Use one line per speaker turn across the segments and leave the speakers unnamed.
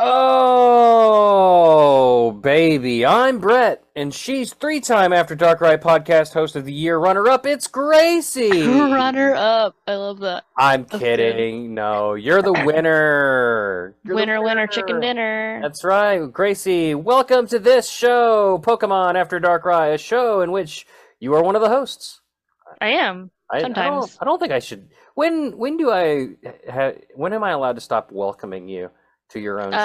Oh, baby. I'm Brett, and she's three time After Dark Ride podcast host of the year runner up. It's Gracie.
Runner up. I love that.
I'm
Okay.
kidding. No, you're the winner. You're the
winner, winner, chicken dinner.
That's right, Gracie. Welcome to this show, Pokemon After Dark Rye, a show in which you are one of the hosts.
I am.
I, I, don't,
Sometimes.
I don't think I should. When when do I ha, when am I allowed to stop welcoming you to your
Uh,
own show?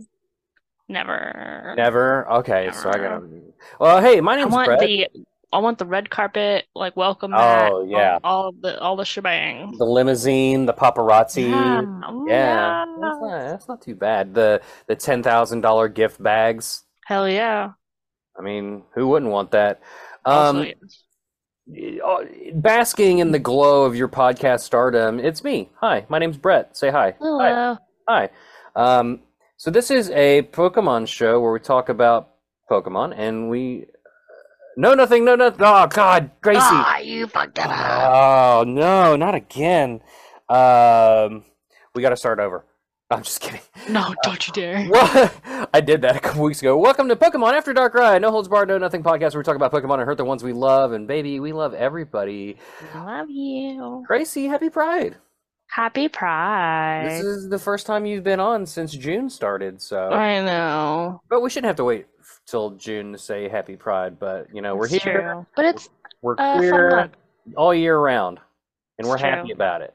Um, never.
Never. Okay, so I got.
never.
to Well, hey, my
I
name's
want
Brett.
the I want the red carpet, like welcome
Oh,
mat,
yeah.
all, all the all the shebang.
the limousine, the paparazzi.
Yeah,
Yeah, That's, not, that's not too bad. The the ten thousand dollar gift bags.
Hell yeah.
I mean, who wouldn't want that?
Also,
Um,
yes.
uh, basking in the glow of your podcast stardom, it's me. Hi, my name's Brett. Say hi. Hi.
Hello.
Hi. Um, so this is a Pokemon show where we talk about Pokemon and we no nothing, no nothing. Oh God, Gracie.
Ah, you fucked it up.
Oh no, not again. Um, we got to start over. I'm just kidding.
No, don't you dare.
Well, I did that a couple weeks ago. Welcome to Pokemon After Dark Ride, No Holds Barred, No Nothing podcast. Where we talk about Pokemon and hurt the ones we love. And baby, we love everybody.
Love you.
Gracie, happy Pride.
Happy
This
Pride.
is the first time you've been on since June started, so
I know.
but we shouldn't have to wait f- till June to say Happy Pride. But you know we're
It's
here,
true. But it's
we're
uh, fun
queer
month.
all year round, and
It's
we're
true.
happy about it.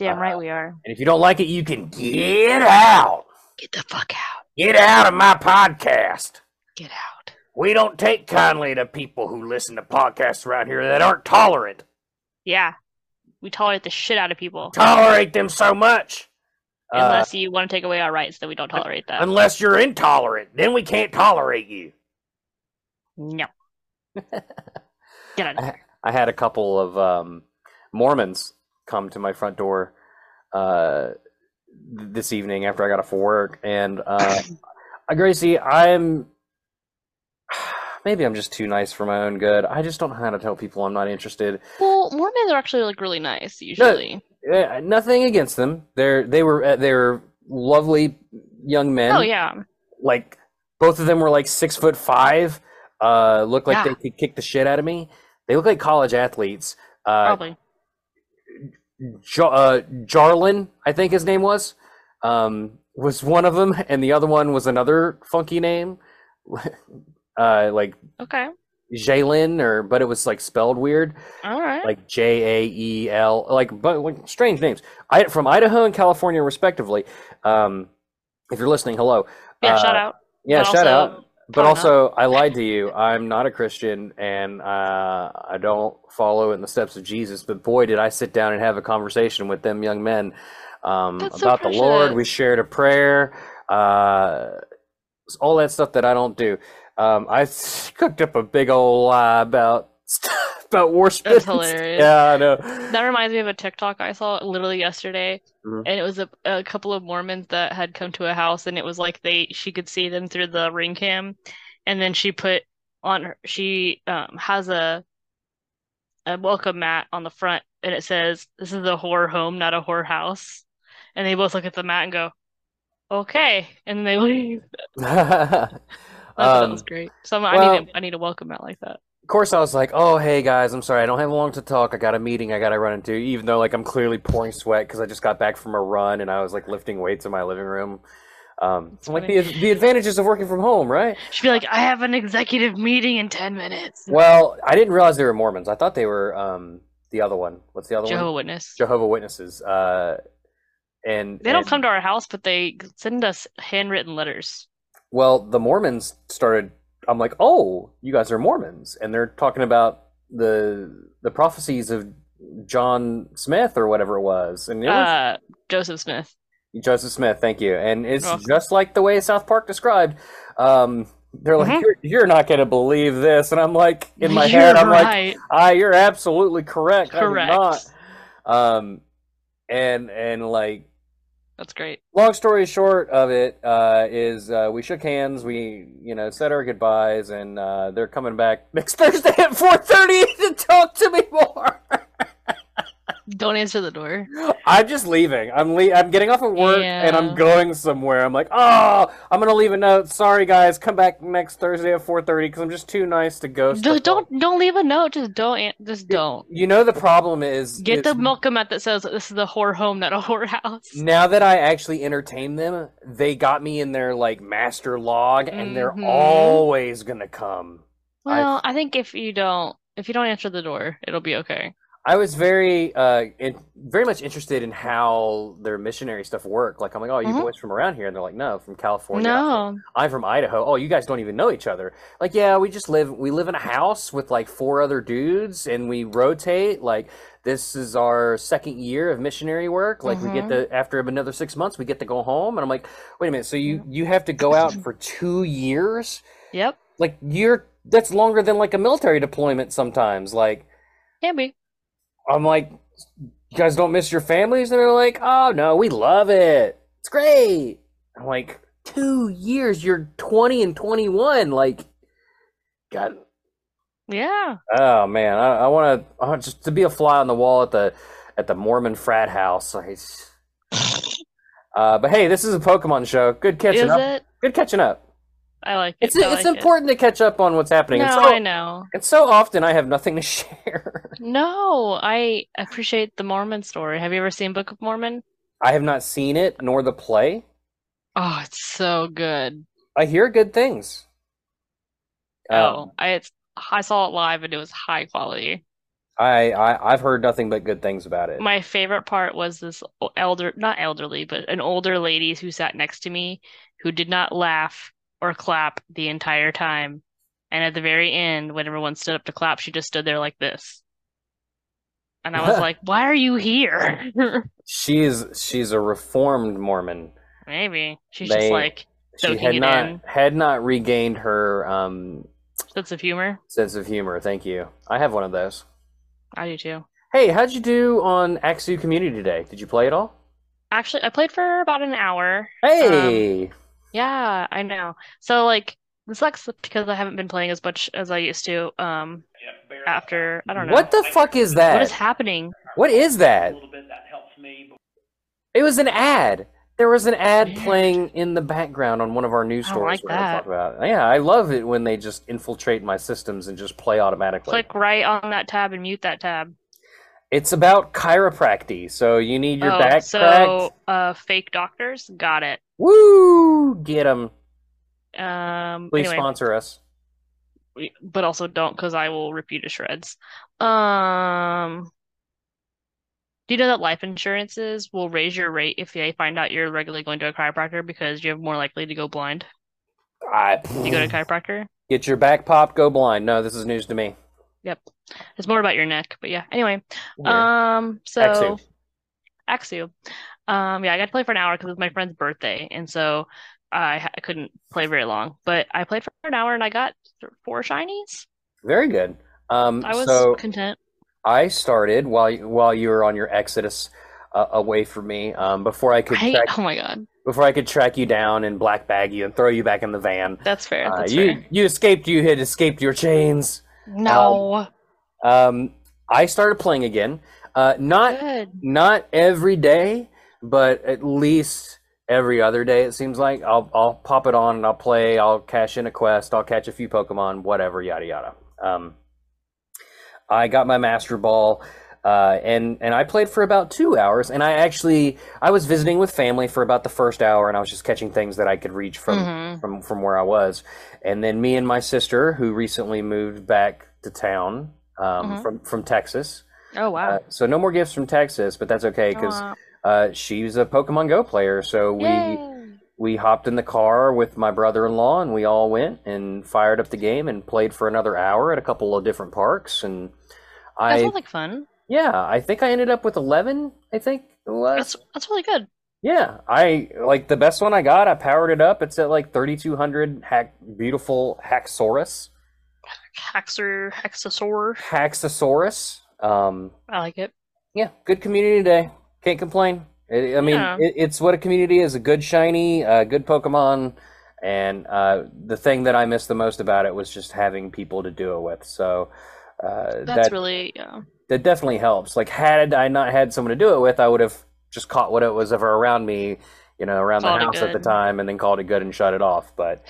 Damn
Uh,
right we are.
And if you don't like it, you can get out,
Get the fuck out.
get out of my podcast.
Get out.
We don't take kindly to people who listen to podcasts around here that aren't tolerant.
Yeah. We tolerate the shit out of people.
Tolerate them so much. Uh,
Unless you want to take away our rights, then we don't
un-
tolerate that.
unless you're intolerant, then we can't tolerate you.
No. Get out of here.
I had a couple of um, Mormons come to my front door uh, th- this evening after I got off of work, and uh, uh, Gracie, I'm maybe I'm just too nice for my own good. I just don't know how to tell people I'm not interested.
Well, Mormons are actually like really nice usually.
Eh, Nothing against them. They're they were uh, they were lovely young men.
oh yeah.
like both of them were like six foot five. Uh, looked like
Yeah.
they could kick the shit out of me. They look like college athletes. Uh,
Probably.
Jar- uh, Jarlin, I think his name was, um, was one of them, and the other one was another funky name, uh, like
Okay.
Jalen, or but it was like spelled weird,
All right.
like J A E L, like but like, strange names. I from Idaho and California respectively. Um, if you're listening, hello.
yeah,
uh,
shout out.
Yeah,
But
shout
also-
out. But
Pornhub.
also, I lied to you. I'm not a Christian, and uh, I don't follow in the steps of Jesus. But boy, did I sit down and have a conversation with them young men um,
That's so
about the Lord. We
precious.
shared a prayer, uh, it's all that stuff that I don't do. Um, I s- cooked up a big old lie about about war
That's
spirits.
hilarious.
Yeah, I know.
That reminds me of a TikTok I saw literally yesterday,
Mhm.
and it was a, a couple of Mormons that had come to a house, and it was like they she could see them through the ring cam, and then she put on her she um has a a welcome mat on the front, and it says, "This is a whore home, not a whore house," and they both look at the mat and go, "Okay," and then they leave. I thought that
Um,
was great. So I'm- I
well-
need a, I need a welcome mat like that.
of course, I was like, "Oh, hey guys, I'm sorry, I don't have long to talk. I got a meeting I gotta run into." Even though, like, I'm clearly pouring sweat because I just got back from a run and I was like lifting weights in my living room. Um,
That's
so, like the
funny.
the advantages of working from home, right?
She'd be like, "I have an executive meeting in ten minutes."
Well, I didn't realize they were Mormons. I thought they were um, the other one. What's the other
Jehovah
one?
Witness.
Jehovah Witnesses. Uh, and
They don't
and-
come to our house, but they send us handwritten letters.
Well, the Mormons started. I'm like, oh, you guys are Mormons, and they're talking about the the prophecies of John Smith or whatever it was, and it was
Uh, Joseph Smith.
Joseph Smith. Thank you, and it's
You're welcome.
just like the way South Park described. Um, they're like,
Mhm.
you're, you're not going to believe this, and I'm like, in my head, I'm like,
right.
ah, you're absolutely correct.
correct.
I'm not. Um, and and like
That's great.
long story short of it uh, is uh, we shook hands we you know said our goodbyes and uh, they're coming back next thursday at 4.30 to talk to me more
Don't answer the door.
I'm just leaving. I'm le- I'm getting off of work and
Yeah.
I'm going somewhere. I'm like, oh, I'm gonna leave a note. Sorry, guys, come back next Thursday at 4:30 because I'm just too nice to ghost.
Don't
the-
don't, don't leave a note. Just don't. an- Just don't.
You know the problem is
Get the
is
milk mat that says this is the whore home, not a whore house.
Now that I actually entertain them, they got me in their like master log, and they're
Mhm.
always gonna come.
Well, I think if you don't, if you don't answer the door, it'll be okay.
I was very, uh, in, very much interested in how their missionary stuff worked. Like, I'm like, oh, you
Mhm.
boys from around here? And they're like, no, from California.
No,
I'm from Idaho. Oh, you guys don't even know each other. Like, yeah, we just live. We live in a house with like four other dudes, and we rotate. Like, this is our second year of missionary work. Like, we get
Mhm.
the after another six months, we get to go home. And I'm like, wait a minute. So you you have to go out for two years?
Yep.
Like, you're that's longer than like a military deployment sometimes. Like,
Can be.
I'm like, you guys don't miss your families? And they're like, oh no, we love it. It's great. I'm like, two years, you're 20 and 21. Like, God,
Yeah.
oh man, I, I want to I want just to be a fly on the wall at the at the Mormon frat house. Like, it's- uh, but hey, this is a Pokemon show. Good catching
Is
up.
it?
Good catching up.
I like it.
It's
I
it's
like it.
important to catch up on what's happening. and
No,
so,
I know.
and so often I have nothing to share.
No, I appreciate the Mormon story. Have you ever seen Book of Mormon?
I have not seen it nor the play.
Oh, it's so good.
I hear good things. Um,
Oh, I it's I saw it live and it was high quality.
I, I I've heard nothing but good things about it.
My favorite part was this elder, not elderly, but an older lady who sat next to me who did not laugh or clap the entire time. And at the very end, when everyone stood up to clap, she just stood there like this. And I was like, why are you here?
she's she's a reformed Mormon.
Maybe. She's
They-
just like
She
Soaking
had
it
not
in.
had not regained her um,
sense of humor.
sense of humor. Thank you. I have one of those.
I do too.
Hey, how'd you do on Axu Community Day? Did you play it all?
Actually, I played for about an hour.
Hey,
Yeah, I know. So like this sucks because I haven't been playing as much as I used to. Um, after I don't know
what the fuck is that?
what is happening.
what is that? It was an ad. There was an ad
Weird.
playing in the background on one of our news
I don't
stories.
like
we're gonna
that.
talk about. Yeah, I love it when they just infiltrate my systems and just play automatically.
Click right on that tab and mute that tab.
It's about chiropractic, so you need your
Oh,
back
so
cracked.
uh, fake doctors, got it.
Woo! Get them.
Um,
Please
anyway,
sponsor us.
we- but also don't because I will rip you to shreds. Um, do you know that life insurances will raise your rate if they find out you're regularly going to a chiropractor because you're more likely to go blind
I
if you go to a chiropractor?
get your back popped, go blind. No, this is news to me.
Yep. It's more about your neck, but yeah. Anyway,
Weird.
um, so
Axu.
Axu. Um, yeah, I got to play for an hour because it was my friend's birthday, and so I, ha- I couldn't play very long. But I played for an hour and I got th- four shinies.
Very good. Um,
I was
so
content.
I started while while you were on your exodus uh, away from me. Um, before I could
Right?
track,
Oh my God.
before I could track you down and black bag you and throw you back in the van.
That's fair.
Uh,
That's
you
fair.
you escaped. You had escaped your chains.
No.
Um, I started playing again. Uh, not
Good.
not every day, but at least every other day it seems like I'll I'll pop it on and I'll play, I'll cash in a quest, I'll catch a few Pokemon, whatever, yada yada. Um I got my Master Ball uh, and and I played for about two hours, and I actually I was visiting with family for about the first hour, and I was just catching things that I could reach from
Mhm.
from from where I was, and then me and my sister, who recently moved back to town um,
Mhm.
from from Texas,
Oh
uh,
wow.
so no more gifts from Texas, but that's okay because
Aw.
uh, she's a Pokemon Go player. So we
Yay.
we hopped in the car with my brother-in-law and we all went and fired up the game and played for another hour at a couple of different parks. And
That
I
sounds like fun.
yeah, I think I ended up with eleven. I think it was.
That's that's really good.
Yeah, I like the best one I got. I powered it up. It's at like thirty-two hundred hack, beautiful Haxorus,
Haxor, Hexosaur.
Haxosaurus. Um,
I like it.
yeah, good community day. Can't complain. I I mean,
Yeah.
it, it's what a community is a good shiny, uh, good Pokemon. And uh, the thing that I missed the most about it was just having people to do it with. So uh,
That's
that,
really yeah.
that definitely helps. Like, had I not had someone to do it with, I would have just caught what it was ever around me, you know, around
Called
the
it
house at the
good.
time, and then called it good and shut it off. But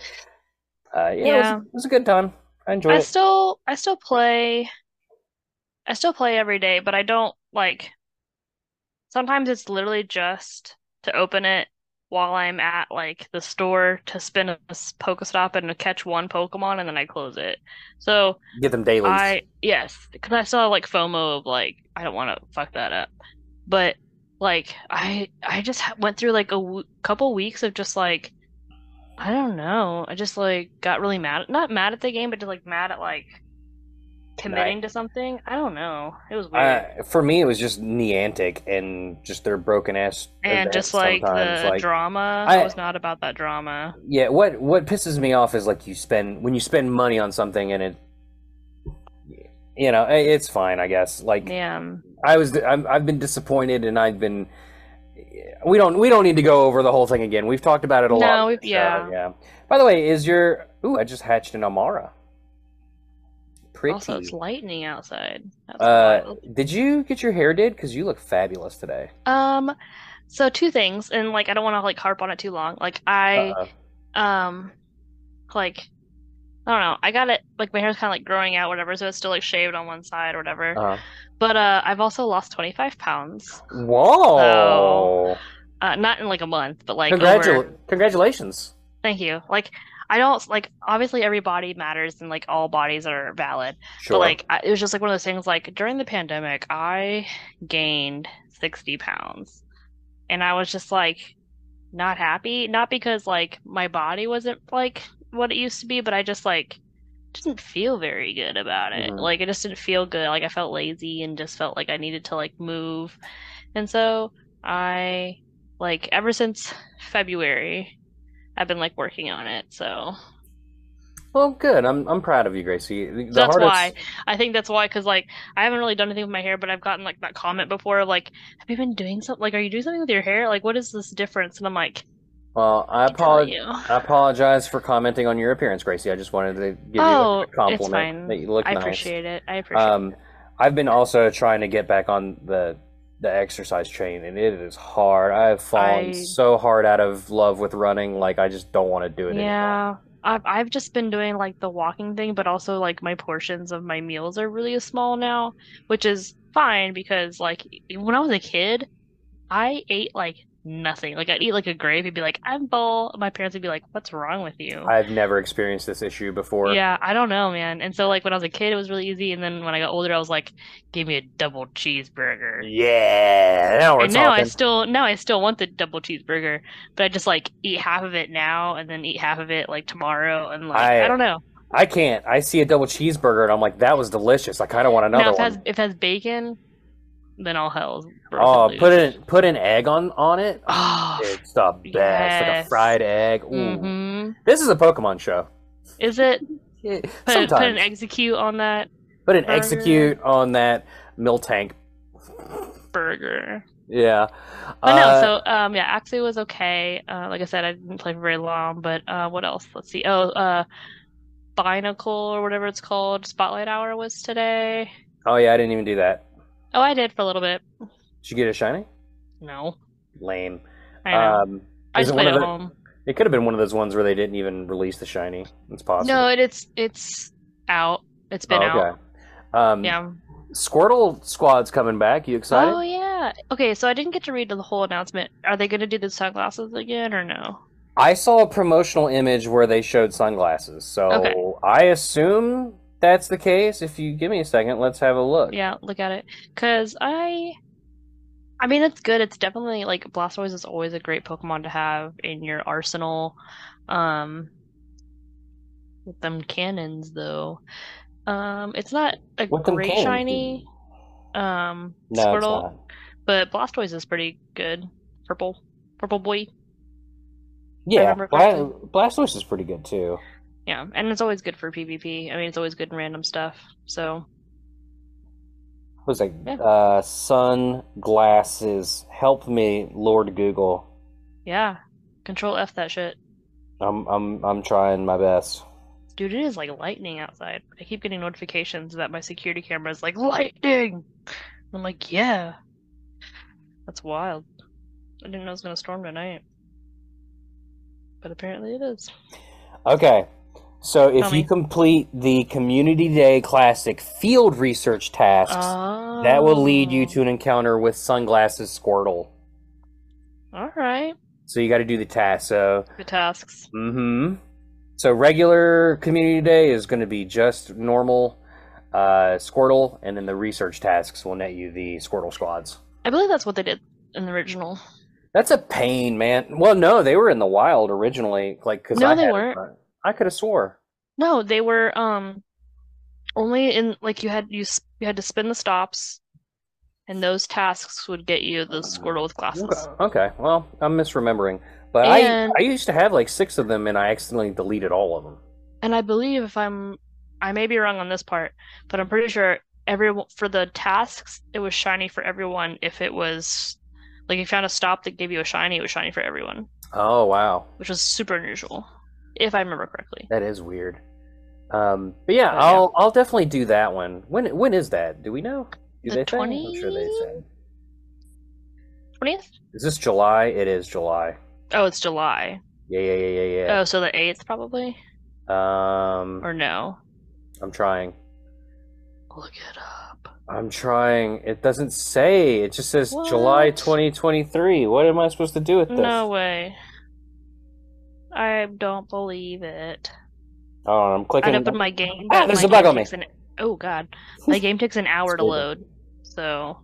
uh, yeah, it was-
Yeah.
It, was, a good time. I enjoyed
I
it.
still I still play I still play every day, but I don't like sometimes it's literally just to open it while I'm at like the store to spin a s- Pokestop and to catch one Pokemon and then I close it. So
Get them dailies.
I yes, because I still have like FOMO of like I don't want to fuck that up, but like I I just ha- went through like a w- couple weeks of just like I don't know I just like got really mad at not mad at the game but just like mad at like committing to something I don't know it was weird
Uh, for me, it was just Neantic and just their broken ass.
and
events
just like
sometimes,
the
like-
drama
I-
I was not about that drama
Yeah, what what pisses me off is like you spend when you spend money on something and it, you know, i- it's fine, I guess. Like
yeah
I was, I'm, I've been disappointed, and I've been. We don't we don't need to go over the whole thing again. We've talked about it a
No,
lot. on
we've-
the show,
yeah.
yeah. By the way, is your ooh? I just hatched an Amara. Pretty.
also it's lightning outside That's
uh,
wild.
did you get your hair did? Because you look fabulous today.
Um, so two things, and like I don't want to like harp on it too long. Like I,
Uh-uh.
um, like I don't know. I got it. Like my hair's kind of like growing out, whatever. So it's still like shaved on one side, or whatever.
Uh-huh.
But uh, I've also lost 25 pounds.
Whoa!
Uh, not in like a month, but like
Congratu-
over.
congratulations.
Thank you. Like I don't like obviously every body matters, and like all bodies are valid.
Sure.
But like I, it was just like one of those things. Like during the pandemic, I gained sixty pounds, and I was just like not happy. Not because like my body wasn't like what it used to be, but I just like didn't feel very good about it.
Mhm.
Like it just didn't feel good. Like I felt lazy and just felt like I needed to like move, and so I like ever since February, I've been like working on it. So.
Well, good. I'm I'm proud of you, Gracie. The the
That's
hardest-
why. I think that's why, because like I haven't really done anything with my hair, but I've gotten like that comment before of like, "Have you been doing something? Like, are you doing something with your hair? Like, what is this difference?" And I'm like,
Well, I
"I tell
apologize.
you,
I apologize for commenting on your appearance, Gracie. I just wanted to give you
Oh,
a
it's
compliment
fine.
that you look
I
nice.
appreciate it. I appreciate
Um, I've been also trying to get back on the the exercise train, and it is hard. I have fallen
I-
so hard out of love with running, like I just don't want to do
it.
it anymore.
Yeah, I've I've just been doing like the walking thing, but also like my portions of my meals are really small now, which is fine because like when I was a kid, I ate like nothing. Like I'd eat like a grape and be like, "I'm full." My parents would be like, "What's wrong with you?"
I've never experienced this issue before.
Yeah, I don't know, man. And so like when I was a kid, it was really easy, and then when I got older, I was like, give me a double cheeseburger.
Yeah, now we're
And now I
talking.
still now I still want the double cheeseburger, but I just like eat half of it now and then eat half of it like tomorrow and like
I-
I don't know.
I can't. I see a double cheeseburger, and I'm like, that was delicious. I kind of want another
Now if it
one.
has if it has bacon, then all hell's broken
Oh,
loose.
put an put an egg on on it.
Oh,
It's the best, like a
yes.
fried egg. Ooh.
mm-hmm.
This is a Pokemon show.
Is it
Yeah,
put, put
Sometimes,
an execute on that
put an
burger.
execute on that mill tank.
burger?
Yeah,
But
Uh,
no, so um, yeah, Axie was okay. Uh, like I said, I didn't play for very long. But uh, what else? Let's see. Oh, uh, Binacle or whatever it's called, Spotlight Hour was today.
oh yeah, I didn't even do that.
Oh, I did for a little bit.
Did you get a shiny?
No,
Lame.
I know.
Um,
I
is
just
it one
played
of
at
the-
home.
it could have been one of those ones where they didn't even release the shiny. It's possible.
No, it, it's it's out. It's
Oh,
been out.
okay. Um,
Yeah.
Squirtle Squad's coming back. You excited?
Oh yeah. Okay, so I didn't get to read the whole announcement. Are they going to do the sunglasses again or no?
I saw a promotional image where they showed sunglasses, so
Okay.
I assume that's the case. If you give me a second, let's have a look.
Yeah, look at it. Cause I, I mean, it's good. It's definitely like Blastoise is always a great Pokemon to have in your arsenal. Um, with them cannons though, um, it's not a
With them
great
cannons,
shiny, um,
No, it's
Squirtle,
not.
but Blastoise is pretty good. Purple, purple boy.
Yeah,
remember
Bla- Blastoise is pretty good too.
Yeah, and it's always good for PvP. I mean, it's always good in random stuff. So
What was that?
Yeah.
Uh, sunglasses. Help me, Lord Google.
yeah, Control F that shit.
I'm I'm I'm trying my best.
Dude, it is like lightning outside. I keep getting notifications that my security camera is like lightning. I'm like, yeah, that's wild. I didn't know it was gonna storm tonight, but apparently it is.
Okay. So if
Tell
you
me.
complete the Community Day Classic field research tasks,
Oh,
that will lead you to an encounter with Sunglasses Squirtle.
Oh. All right,
So you got to do the task. So,
the tasks.
mm-hmm. So regular Community Day is going to be just normal uh, Squirtle, and then the research tasks will net you the Squirtle squads.
I believe that's what they did in the original.
That's a pain, man. Well, no, they were in the wild originally, like because
No,
I
they
had-
weren't.
I could have swore.
No, they were um only in like you had you s- you had to spin the stops, and those tasks would get you the Squirtle with glasses.
Okay. okay, well, I'm misremembering, but
And-
I I used to have like six of them, and I accidentally deleted all of them.
And I believe if I'm I may be wrong on this part, but I'm pretty sure every for the tasks it was shiny for everyone if it was like if you found a stop that gave you a shiny, it was shiny for everyone,
Oh wow,
which was super unusual, if I remember correctly.
that is weird. Um, but yeah,
But yeah.
I'll I'll definitely do that one. When when is that? Do we know? Do
The
they say? I'm sure they said.
20th?
Is this July? It is July.
Oh, it's July.
Yeah, yeah, yeah, yeah,
Oh, so the 8th probably?
yeah. Um,
Oh. Or no?
I'm trying.
Look it up.
I'm trying. It doesn't say. It just says July
What?
2023. What am I supposed to do with this?
No way. I don't believe it.
Oh, I'm
I'd
clicking.
open my game,
Ah,
but
there's
my
a bug
game
on me.
takes an- oh god, my game takes an hour to
Stable.
load, so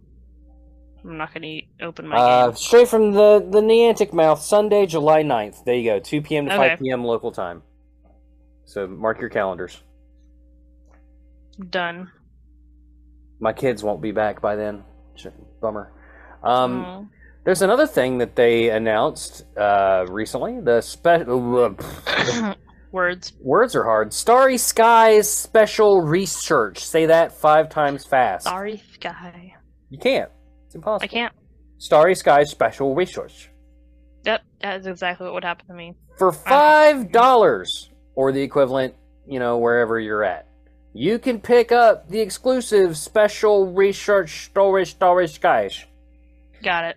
I'm not gonna e- open my
Uh,
game.
straight from the the Neantic mouth, Sunday, July 9th. There you go, 2 p.m. to
Okay.
5 p.m. local time. So mark your calendars.
Done.
My kids won't be back by then. Ch- Bummer. Um,
Oh.
There's another thing that they announced uh, recently. The spe-
Oh. words.
words are hard. Starry Skies special research. Say that five times fast.
Sorry, guy.
You can't. It's impossible.
I can't.
Starry Skies special research.
Yep, that is exactly what would happen to me.
for five dollars or the equivalent, you know, wherever you're at. You can pick up the exclusive special research storage storage guys.
Got it.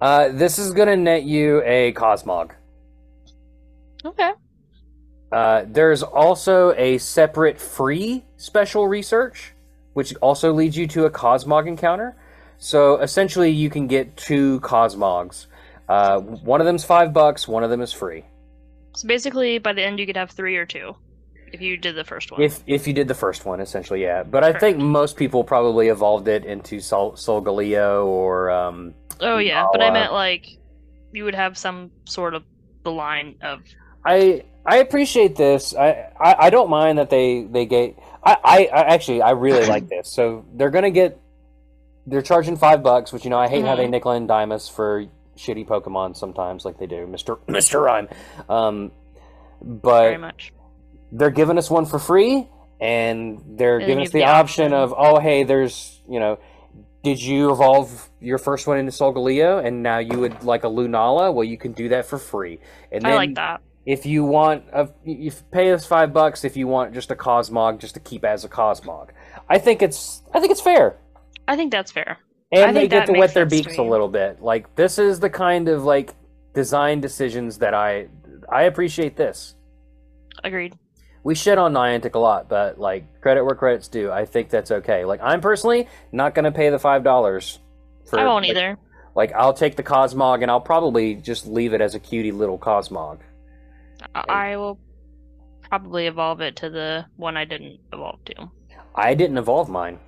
Uh, this is gonna net you a Cosmog.
Okay.
Uh, there's also a separate free special research, which also leads you to a Cosmog encounter. So essentially, you can get two Cosmogs. Uh, one of them's five bucks. One of them is free.
So basically, by the end, you could have three or two, if you did the first one.
If if you did the first one, essentially, yeah. But I think most people probably evolved it into Sol Solgaleo or um,
oh yeah, but I
Nala.
meant like you would have some sort of the line of
I I appreciate this. I, I I don't mind that they they get. I I, I actually I really like this. So they're gonna get. They're charging five bucks, which you know I hate
Mm-hmm.
how they nickel and dime us for shitty Pokemon sometimes, like they do, Mister Mister Rhyme. Um,
very
but
much.
they're giving us one for free and they're
And
giving
you
us
have
the
the
option
option.
of oh hey there's you know did you evolve your first one into Solgaleo and now you would like a Lunala well you can do that for free and
I
then
like that.
if you want a you pay us 5 bucks if you want just a Cosmog just to keep as a Cosmog I think it's I think it's fair
I think that's fair. I
and
think
they get
that
to wet
makes
their
sense to
beaks a
me.
little bit like this is the kind of like design decisions that I I appreciate this
Agreed.
we shit on Niantic a lot, but like credit where credit's due, I think that's okay. Like I'm personally not gonna pay the five dollars. for
I won't
like,
either.
Like I'll take the Cosmog and I'll probably just leave it as a cutie little Cosmog.
I I will probably evolve it to the one I didn't evolve to.
I didn't evolve mine.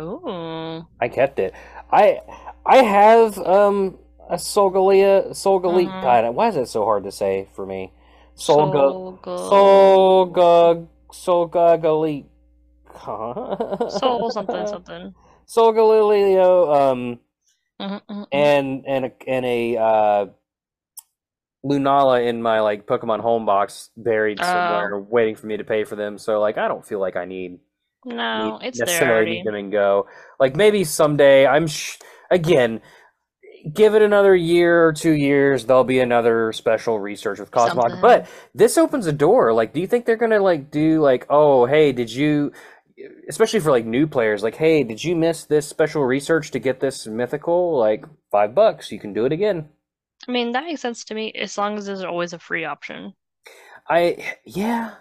Ooh.
I kept it. I I have um a Solgalia Solgali
Mhm.
God, why is that so hard to say for me? Solga
Solgal-
Solga Solgagali Sol
Soul something something.
Solgalileo um
Mhm, mhm, mhm.
and and a, and a uh, Lunala in my like Pokemon home box buried
Oh.
somewhere, waiting for me to pay for them. So like, I don't feel like I need
No,
need-
Oh, it's there
necessarily
already.
need them and go. Like maybe someday, I'm sh- again. Give it another year or two years, there'll be another special research with Cosmog.
Something.
But this opens a door. Like, do you think they're gonna like do like, oh, hey, did you? Especially for like new players, like, hey, did you miss this special research to get this mythical? Like, five bucks, you can do it again.
I mean, that makes sense to me as long as there's always a free option.
I yeah.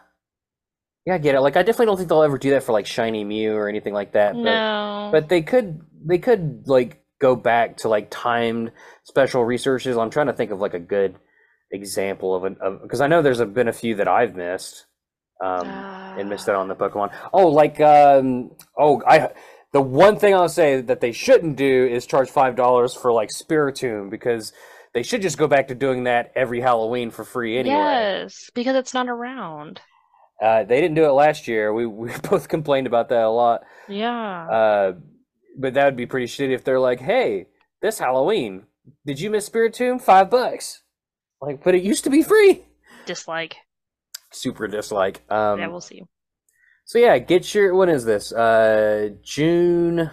Yeah, I get it. Like I definitely don't think they'll ever do that for like Shiny Mew or anything like that, but
No.
but they could they could like go back to like timed special researches. I'm trying to think of like a good example of an of because I know there's a, been a few that I've missed. Um
Ah.
and missed out on the Pokemon. Oh, like um oh I the one thing I'll say that they shouldn't do is charge five dollars for like Spiritomb because they should just go back to doing that every Halloween for free anyway.
Yes, because it's not around.
Uh, they didn't do it last year. We we both complained about that a lot.
Yeah.
Uh, but that would be pretty shitty if they're like, "Hey, this Halloween, did you miss Spiritomb? Five bucks." Like, but it used to be free.
Dislike.
Super dislike. Um,
yeah, we'll see.
so yeah, get your. When is this? Uh, June.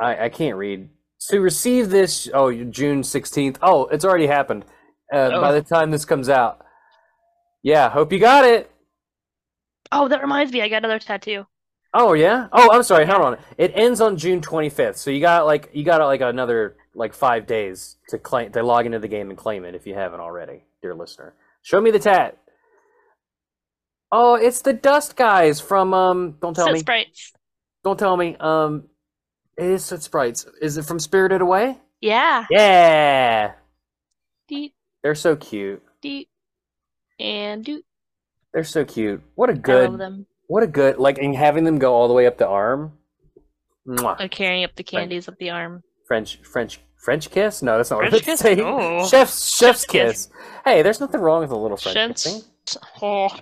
I I can't read. So receive this. Oh, June sixteenth. Oh, it's already happened. Uh,
Oh.
By the time this comes out. Yeah, hope you got it.
Oh, that reminds me, I got another tattoo.
Oh yeah. Oh, I'm sorry. Hold on. It ends on June 25th, so you got like you got like another like five days to claim to log into the game and claim it if you haven't already, dear listener. Show me the tat. Oh, it's the dust guys from um. Don't tell
Set
me.
sprites.
Don't tell me. Um, it is Soot sprites. Is it from Spirited Away?
Yeah.
Yeah,
Deet,
they're so cute.
deet, and doot.
They're so cute. What a
I love
good.
them.
What a good like and having them go all the way up the arm. Mwah.
They're carrying up the candies up the arm.
French French French kiss? No, that's not
French
what it's
kiss?
saying.
No.
Chef's chef's
Chef's kiss.
kiss. Hey, there's nothing wrong with a little French
Shins.
kissing.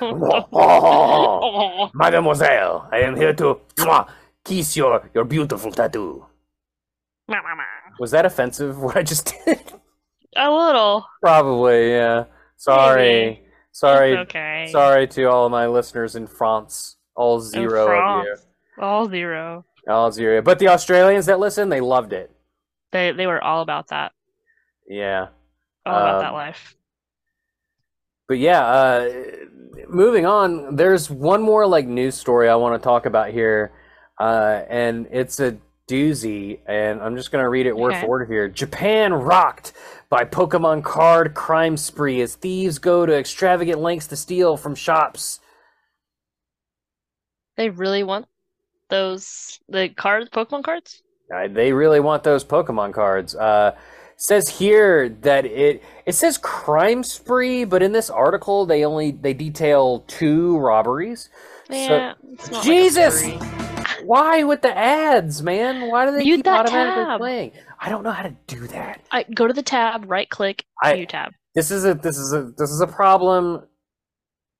Oh.
Oh,
Oh.
mademoiselle, I am here to mwah, kiss your your beautiful tattoo.
Ma, ma, ma.
Was that offensive? What I just did?
A little.
Probably. Yeah. Sorry.
Maybe.
Sorry.
It's okay.
Sorry to all my listeners in France. All zero of
France.
you.
All zero.
All zero. But the Australians that listen, they loved it.
They they were all about that.
Yeah.
All about that
Um,
life.
But yeah, uh, moving on, there's one more like news story I want to talk about here, uh, and it's a doozy, and I'm just gonna read it word
Okay.
for word here. Japan rocked by Pokemon card crime spree as thieves go to extravagant lengths to steal from shops.
They really want those the cards, Pokemon cards?
Uh, they really want those Pokemon cards. Uh, it says here that it it says crime spree, but in this article they only they detail two robberies. So-
Yeah, it's not like a
Jesus!
free-
Why with the ads, man? Why do they
Mute
keep
that
automatically
tab.
playing? I don't know how to do that.
I go to the tab, right click,
I-
new tab.
This is a this is a this is a problem.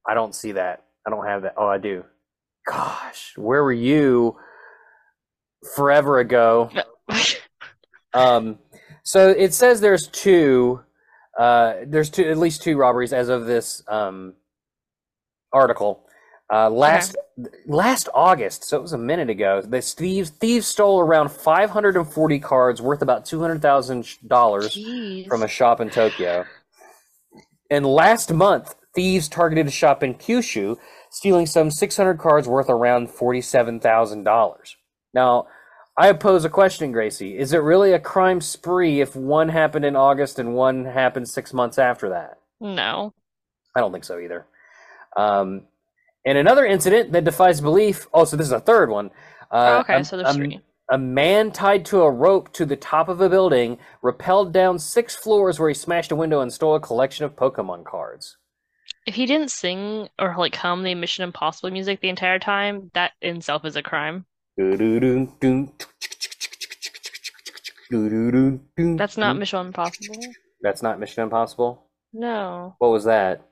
I don't see that. I don't have that. Oh, I do. Gosh, where were you forever ago? Um, so it says there's two, uh, there's two, at least two robberies as of this um, article. Uh, last last August, so it was a minute ago. The thieves thieves stole around 540 cards worth about two hundred thousand dollars
Jeez.
from a shop in Tokyo. And last month, thieves targeted a shop in Kyushu, stealing some 600 cards worth around $47,000. Now, I pose a question, Gracie. Is it really a crime spree if one happened in August and one happened six months after that?
No.
I don't think so either. Um, and another incident that defies belief. Oh, so this is a third one. Uh,
Oh, okay,
a-
so there's
a-
three.
A man tied to a rope to the top of a building rappelled down six floors where he smashed a window and stole a collection of Pokemon cards.
If he didn't sing or like hum the Mission Impossible music the entire time, that in itself is a crime. That's
That's
not Mission Impossible.
That's not Mission Impossible.
No,
What was that?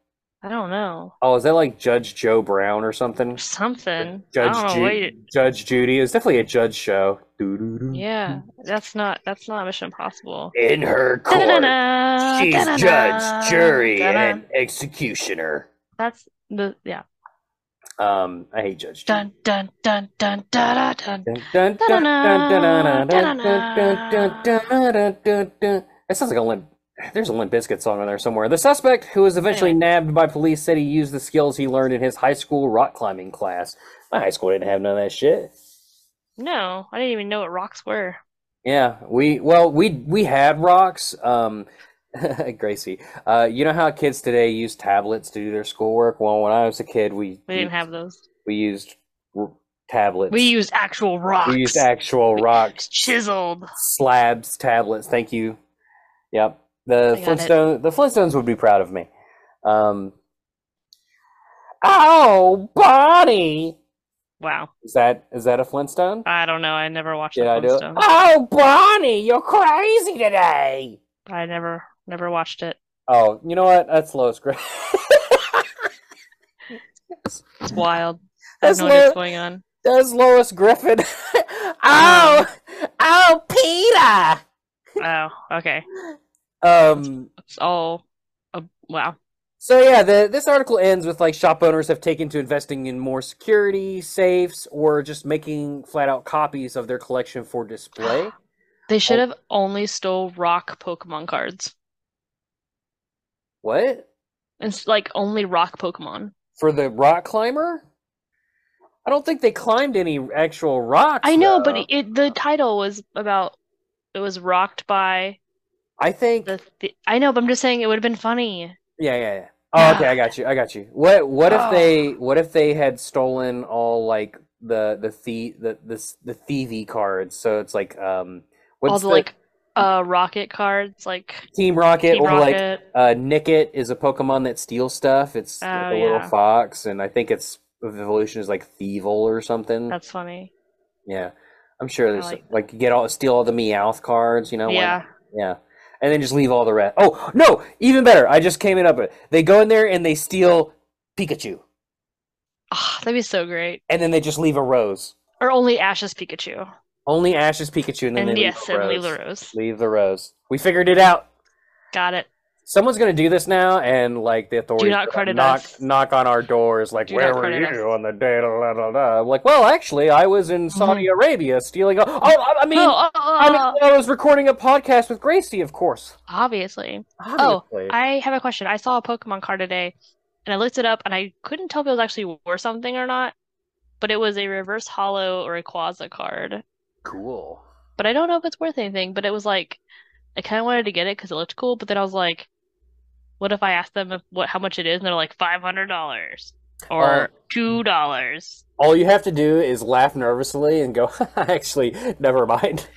I don't know.
Oh, is that like Judge Joe Brown or something?
Something. I
Judge
don't know.
Ju-
Wait.
Judge Judy. It was definitely a judge show. Doo-doo-doo.
Yeah, that's not that's not Mission Impossible.
In her court,
Da-da-da-da,
she's
da-da-da,
judge, jury,
da-da.
and executioner.
That's the yeah.
Um, I hate Judge Judy.
Dun dun dun dun da da dun.
Dun, dun, dun, dun, dun, dun, dun, dun, dun, dun, dun, dun, dun. That sounds like a limp. There's a Limp Bizkit song in there somewhere. The suspect, who was eventually nabbed by police, said he used the skills he learned in his high school rock climbing class. My high school didn't have none of that shit.
No, I didn't even know what rocks were.
Yeah, we well we we had rocks. Um, Gracie, uh, you know how kids today use tablets to do their schoolwork? Well, when I was a kid, we
We didn't have those.
we used r- tablets.
We used actual rocks.
We used actual rocks,
chiseled.
slabs, tablets. Thank you. Yep. The
I got it.
Flintstone the Flintstones would be proud of me. Um, oh, Bonnie!
Wow.
Is that is that a Flintstone?
I don't know. I never watched
Did
the
I do it?
Flintstones.
Oh, Bonnie, you're crazy today.
I never never watched it.
Oh, you know what? That's lowest grade.
It's wild. I have
That's
no idea
low,
what's going on.
that's Lois Griffin. oh, oh,
Oh, okay.
Peter. Um.
It's all uh, wow.
So yeah, the, this article ends with like shop owners have taken to investing in more security safes or just making flat out copies of their collection for display.
They should
Oh.
have only stole rock Pokemon cards.
What
It's like only rock Pokemon.
for the rock climber? I don't think they climbed any actual rocks.
I know, but
though.
it the title was about it was rocked by
I think
the, the I know, but I'm just saying it would have been funny.
Yeah, yeah, yeah. Oh, okay, I got you. I got you. What what if
Ah.
they what if they had stolen all like the the the the the, s- the thievy cards? So it's like um what's
All the like uh rocket cards, like
Team Rocket
Team
or like
Rocket.
uh Nicket is a Pokemon that steals stuff. It's
Oh,
like a little
yeah.
fox and I think its evolution is like Thievul or something.
That's funny.
Yeah. I'm sure there's
like
like you get all steal all the Meowth cards, you know, why
Yeah.
yeah. And then just leave all the rest. Oh, no, even better. I just came in up with it. They go in there and they steal Pikachu.
Ah, that'd be so great.
And then they just leave a rose.
Or only Ash's Pikachu.
Only Ash's Pikachu and then
And
they
yes,
leave a
and
rose.
leave the rose.
Leave the rose. We figured it out.
Got it.
Someone's gonna do this now, and like the authorities
not
are gonna
credit
knock
us.
knock on our doors, like
Do
where
not
were
credit
you
us." Mm-hmm.
on the day? Da, da, da, da. I'm like, well, actually, I was in Saudi Arabia stealing. A- oh, I, I mean,
oh, oh, oh,
I, mean,
oh,
I was recording a podcast with Gracie, of course.
obviously. Oh,
Obviously.
I have a question. I saw a Pokemon card today and I looked it up and I couldn't tell if it was actually worth something or not, but it was a reverse hollow or a quaza card.
cool.
But I don't know if it's worth anything, but it was like I kind of wanted to get it because it looked cool, but then I was like, what if I asked them if, what how much it is and they're like $500
Uh,
or $2.
All you have to do is laugh nervously and go, actually, never mind.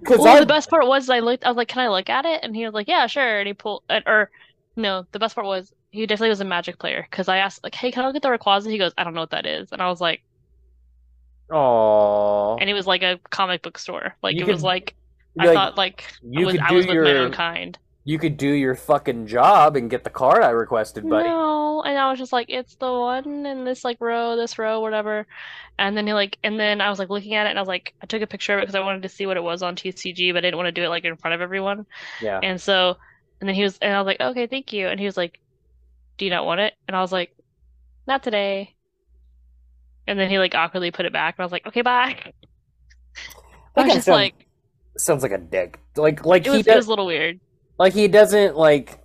Because
Well,
I
the best part was I looked. I was like, "Can I look at it?" And he was like, "Yeah, sure." And he pulled, uh, or no, the best part was he definitely was a Magic player because I asked, like, "Hey, can I look at the Rayquaza?" He goes, "I don't know what that is." And I was like,
Aww.
and it was like a comic book store. Like
You
it
could-
was like
You're
I
like,
thought like I
you
was
could
I
do
was with my
your
own kind.
you could do your fucking job and get the card I requested, buddy.
No, and I was just like, "It's the one in this like row, this row, whatever." And then he like, and then I was like looking at it, and I was like, I took a picture of it because I wanted to see what it was on TCG, but I didn't want to do it like in front of everyone.
Yeah.
And so, and then he was, and I was like, okay, thank you. And he was like, do you not want it? And I was like, not today. And then he like awkwardly put it back, and I was like, okay, bye. I
That
was
guy
just
sounds,
like,
sounds like a dick. Like like he
it was it
does,
was a little weird.
like he doesn't like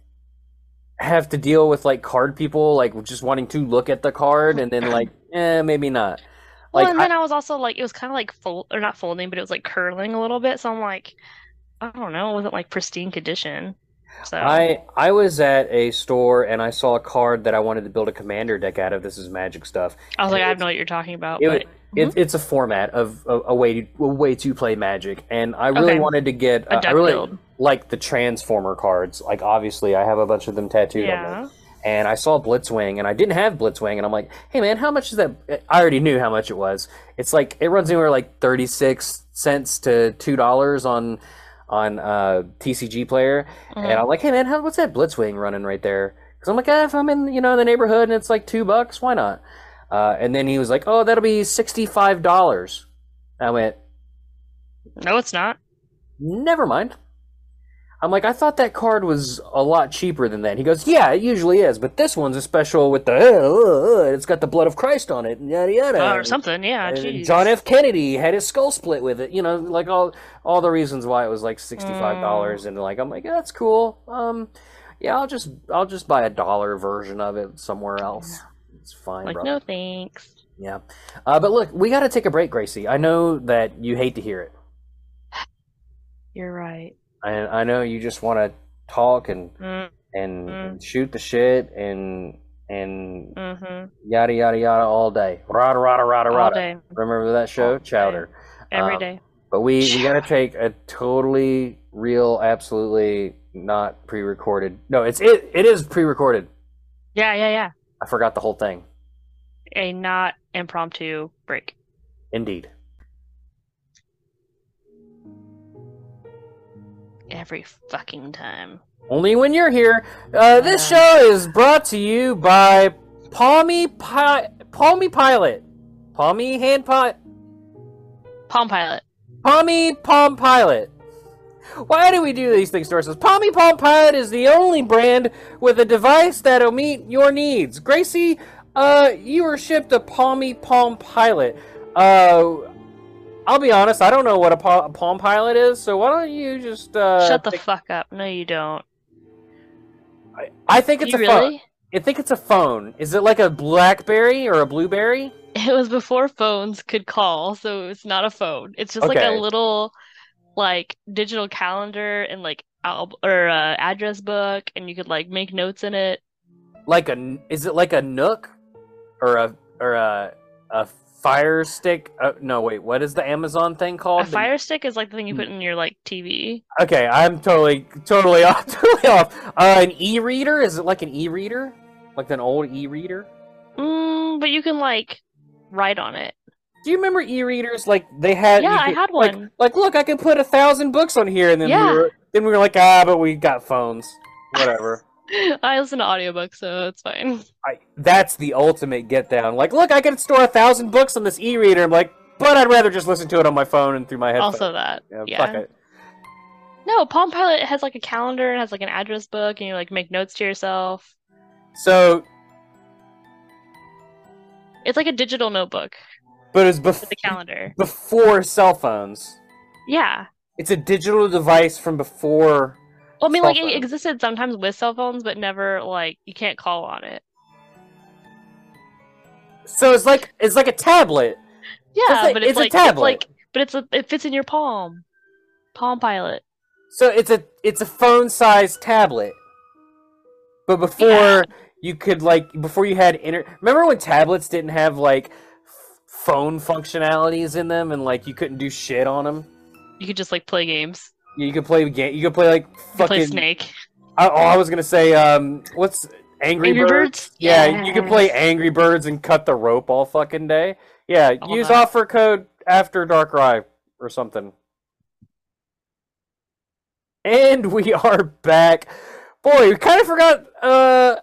have to deal with like card people like just wanting to look at the card and then like eh maybe not.
Well,
Like
and
I-
then I was also like, it was kind of like fold or not folding, but it was like curling a little bit. So I'm like, I don't know, it wasn't like pristine condition. So
I I was at a store and I saw a card that I wanted to build a commander deck out of. This is magic stuff.
I was like,
it
I
was-
have no know what you're talking about,
It,
but
it,
Mm-hmm.
it's a format of a, a way to, a way to play Magic, and I really
Okay.
wanted to get.
a
Uh, I
duck
really
build.
like the Transformer cards. Like obviously, I have a bunch of them tattooed on me.
Yeah.
And I saw Blitzwing, and I didn't have Blitzwing, and I'm like, hey man, how much is that? I already knew how much it was. It's like it runs anywhere like thirty six cents to two dollars on on uh, TCG player. And
Mhm.
I'm like, hey man, how, what's that Blitzwing running right there? Because I'm like, ah, if I'm in you know the neighborhood and it's like two bucks, why not? Uh, and then he was like, oh, that'll be sixty five dollars. I went,
No, it's not.
never mind. I'm like, I thought that card was a lot cheaper than that. He goes, yeah, it usually is, but this one's a special with the, uh, uh, uh, it's got the blood of Christ on it, and yada yada.
Uh, Or
And-
something, yeah,
and
jeez.
John F. Kennedy had his skull split with it, you know, like all all the reasons why it was like sixty five dollars,
Mm.
and like I'm like, yeah, that's cool. Um, yeah, I'll just I'll just buy a dollar version of it somewhere else. It's fine,
Like,
brother.
no thanks.
Yeah, uh, but look, we got to take a break, Gracie. I know that you hate to hear it.
You're right.
I, I know you just want to talk and
Mm,
and,
Mm.
and shoot the shit and and
mhm.
yada yada yada all day. Rada rada rada
All
rada.
day,
Remember that show,
All day.
Chowder.
every
Um,
day.
But we we
Chowder.
gotta take a totally real, absolutely not pre-recorded. No, it's it it is pre-recorded.
Yeah, yeah, yeah.
I forgot the whole thing.
A not impromptu break.
Indeed.
Every fucking time.
Only when you're here. Uh, this
Uh.
show is brought to you by Palmy Pi- Palmy Pilot, Palmy Hand Pot.
Palm Pilot.
Pommy Palm Pilot. Why do we do these things to ourselves? Pommy Palm Pilot is the only brand with a device that'll meet your needs. Gracie, uh, you were shipped a Palmy Palm Pilot. Uh, I'll be honest, I don't know what a, pa- a Palm Pilot is, so why don't you just uh?
Shut the
pick-
fuck up. No, you don't.
I- I think it's
you
a phone.
really?
I think it's a phone. Is it like a BlackBerry or a Blueberry?
It was before phones could call, so it's not a phone. It's just like
Okay.
a little like digital calendar and like al or uh, address book, and you could like make notes in it.
Like a? Is it like a Nook or a or a a Fire Stick? Uh, no, wait. What is the Amazon thing
A
called? The-
Fire Stick is like the
Hmm.
thing you put in your like TV.
Okay, I'm totally, totally off, totally off. Uh, an e-reader? Is it like an e-reader? Like an old e-reader?
Mm, but you can like write on it.
Do you remember e-readers? Like they had.
Yeah,
you
I
could-
had
like-
one.
Like, look, I can put a thousand books on here, and then
Yeah.
we were, then we were like, ah, but we got phones. Whatever.
I listen to audiobooks, so it's fine.
I, that's the ultimate get down. Like, look, I can store a thousand books on this e-reader. I'm like, but I'd rather just listen to it on my phone and through my headphones.
Also that.
yeah. Fuck
yeah.
it.
No, Palm Pilot has like a calendar and has like an address book, and you like make notes to yourself.
So,
It's like a digital notebook
but it's bef-
with a calendar.
before cell phones.
Yeah.
It's a digital device from before.
Well, I mean,
Cell
like
phone.
it existed sometimes with cell phones, but never like you can't call on it.
So it's like it's like a tablet.
Yeah,
like-
but it's,
it's a
like
tablet.
it's like but it's a, it fits in your palm. Palm Pilot.
So it's a it's a phone-sized tablet. But before
Yeah.
you could like before you had inter Remember when tablets didn't have like f- phone functionalities in them and like you couldn't do shit on them?
You could just like play games.
You could play game. You could play like
You could
fucking.
play Snake.
I, oh, I was gonna say um, what's Angry,
Angry Birds?
Yeah, you could play
Yes.
Angry Birds and cut the rope all fucking day. Yeah,
All
use
night.
offer code after Dark Rye or something. And we are back. Boy, we kind of forgot. Uh,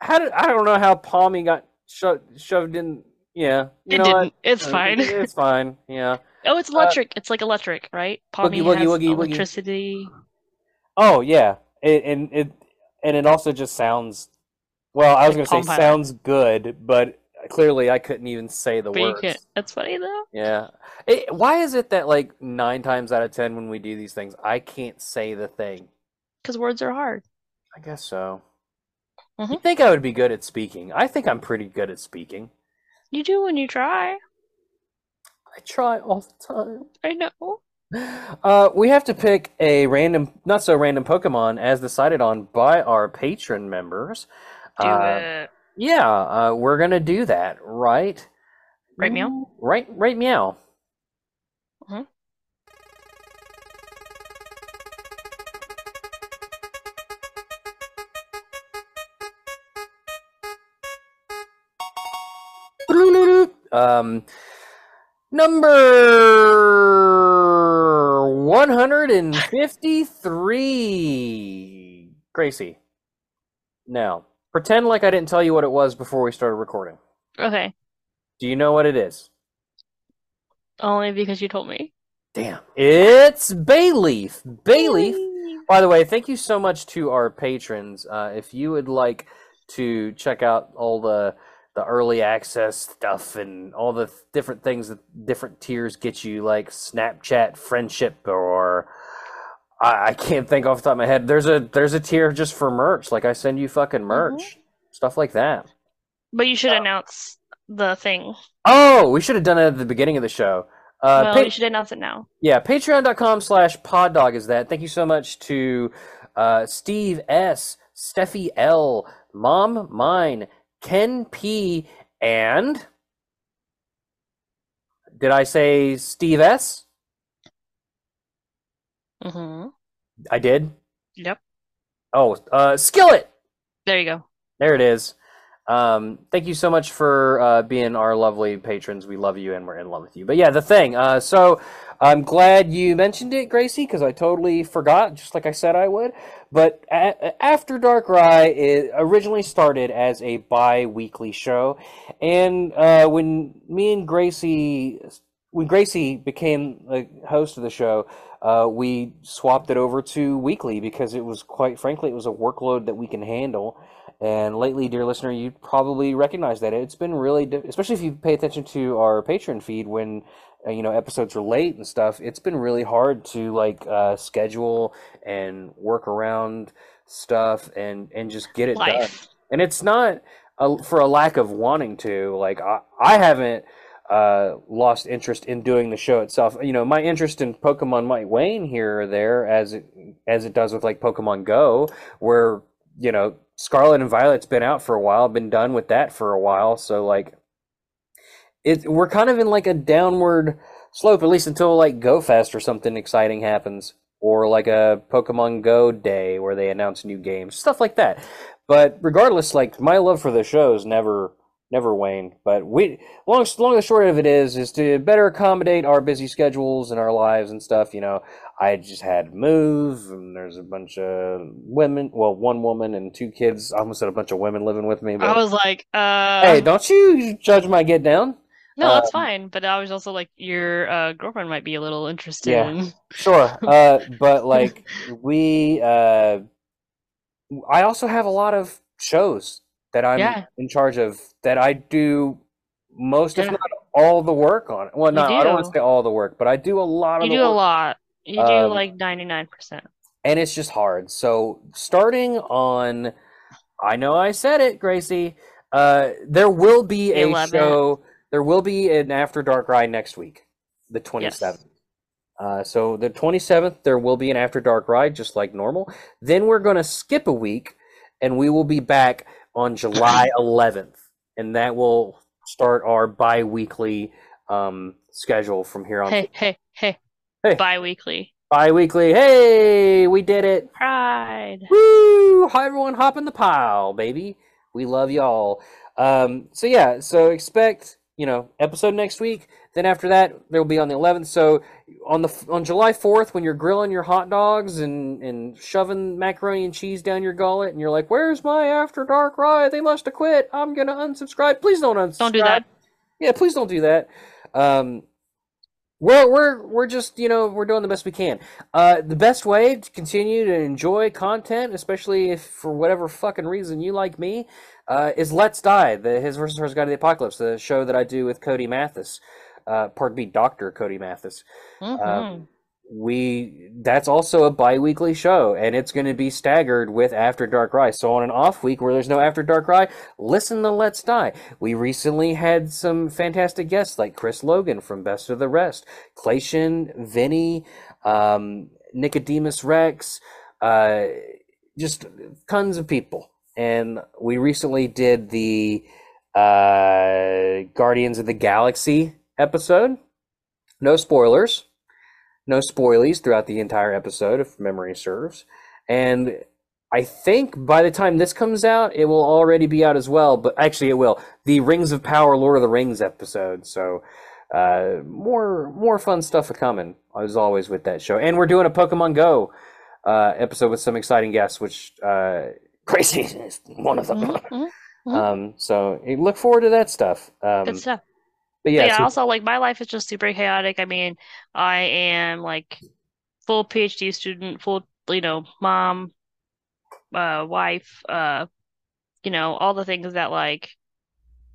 how did I don't know how Palmy got sho- shoved in. Yeah, you
It
know
didn't.
what?
It's
Uh,
fine.
It's fine. Yeah.
Oh, it's electric. it's like electric, right? Palmy
woogie,
has
woogie, woogie.
electricity.
Oh yeah, it, and it and it also just sounds. Well, I was
Like
gonna
Palm
say
Pilot.
sounds good, but clearly I couldn't even say the
But you
words.
can't. That's funny though.
Yeah. It, why is it that like nine times out of ten when we do these things, I can't say the thing?
Because words are hard.
I guess so. You
Mhm.
think I would be good at speaking? I think I'm pretty good at speaking.
You do when you try.
I try all the time.
I know.
Uh, we have to pick a random, not so random Pokemon as decided on by our patron members.
Do
Uh,
it.
Yeah, uh, we're gonna do that, right?
Right, meow?
Mm, Right, right, meow.
Mhm.
Um, number one hundred and fifty-three. Gracie, now pretend like I didn't tell you what it was before we started recording.
Okay.
Do you know what it is?
Only because you told me.
Damn. It's bay leaf. Bay leaf. By the way, thank you so much to our patrons. Uh, if you would like to check out all the the early access stuff and all the th- different things that different tiers get you, like Snapchat friendship or I, I can't think off the top of my head. There's a there's a tier just for merch. Like I send you fucking merch, stuff like that.
But you should
Uh,
announce the thing.
Oh, we should have done it at the beginning of the show. Uh,
well,
pa-
we should announce it now.
yeah, patreon.com slash poddog is that. Thank you so much to uh, Steve S., Steffi L., Mom Mine, Ken P., and. Did I say Steve S?
Mm-hmm.
I did.
Yep.
Oh, uh, Skillet!
There you go.
There it is. Um, thank you so much for uh, being our lovely patrons. We love you and we're in love with you. But yeah, the thing. Uh, so I'm glad you mentioned it, Gracie, because I totally forgot, just like I said I would. But a- After Dark Rye it originally started as a bi weekly show. And uh, when me and Gracie, when Gracie became the host of the show, uh, we swapped it over to weekly because it was quite frankly, it was a workload that we can handle. And lately, dear listener, you probably recognize that it's been really, di- especially if you pay attention to our Patreon feed when uh, you know episodes are late and stuff. It's been really hard to like uh, schedule and work around stuff and and just get it done.
Life.
And it's not a, for a lack of wanting to. Like I, I haven't uh, lost interest in doing the show itself. You know, my interest in Pokemon might wane here or there, as it as it does with like Pokemon Go, where you know Scarlet and Violet's been out for a while, been done with that for a while. So like, it we're kind of in like a downward slope, at least until like Go Fest or something exciting happens. Or like a Pokemon Go day where they announce new games, stuff like that but regardless, like my love for the show's never never waned. But we long long and short of it is is to better accommodate our busy schedules and our lives and stuff. You know, I just had to move, and there's a bunch of women. Well, one woman and two kids. I almost said a bunch of women living with me. But
I was like, uh,
hey, don't you judge my get down?
no, that's
um,
fine. But I was also like, your uh, girlfriend might be a little interested
Yeah.
in.
Sure, uh, but like we, uh, I also have a lot of shows that I'm
Yeah.
in charge of that I do most, if
Yeah.
not all, the work on. Well,
You
no, I don't want to
do.
say all the work, but I do a lot of
You
the
do a
work,
lot. You do
Um,
like 99%.
and it's just hard. So starting on, I know I said it, Gracie. Uh, there will be
The
a
11th.
show. There will be an After Dark Ride next week, the 27th. Uh, so the 27th, there will be an After Dark ride, just like normal. Then we're going to skip a week, and we will be back on July 11th, and that will start our bi-weekly um, schedule from here on.
Hey, hey, hey.
um, Hey.
Bi-weekly.
Bi-weekly, hey, we did it!
Pride.
Woo! Hi, everyone, hop in the pile, baby. We love y'all. Um, so yeah, so expect you know episode next week. Then after that, they'll be on the 11th. So on the f- on July 4th, when you're grilling your hot dogs and and shoving macaroni and cheese down your gullet, and you're like, "Where's my after dark ride? They must have quit. I'm gonna unsubscribe. Please don't unsubscribe.
Don't do that.
Yeah, please don't do that. Um, we're we're we're just you know we're doing the best we can. Uh, the best way to continue to enjoy content, especially if for whatever fucking reason you like me, uh, is Let's Die, the His versus Hers Guide to the Apocalypse, the show that I do with Cody Mathis, uh, pardon me, Doctor Cody Mathis
Mhm.
we that's also a bi-weekly show and it's going to be staggered with after dark rye so on an off week where there's no after dark rye listen to let's die we recently had some fantastic guests like chris logan from best of the rest clayton vinny um, nicodemus rex uh, just tons of people and we recently did the uh, guardians of the galaxy episode no spoilers no spoilies throughout the entire episode, if memory serves. And I think by the time this comes out, it will already be out as well. But actually, it will. The Rings of Power, Lord of the Rings episode. So uh, more more fun stuff a coming as always with that show. And we're doing a Pokemon Go uh, episode with some exciting guests, which uh, Crazy is one of them.
Mhm, mhm. mhm.
Um, so eh, look forward to that stuff. Um,
Good stuff.
But
But
yeah,
yeah,
so-
also like my life is just super chaotic. I mean, I am like full PhD student, full, you know, mom, uh, wife, uh, you know, all the things that like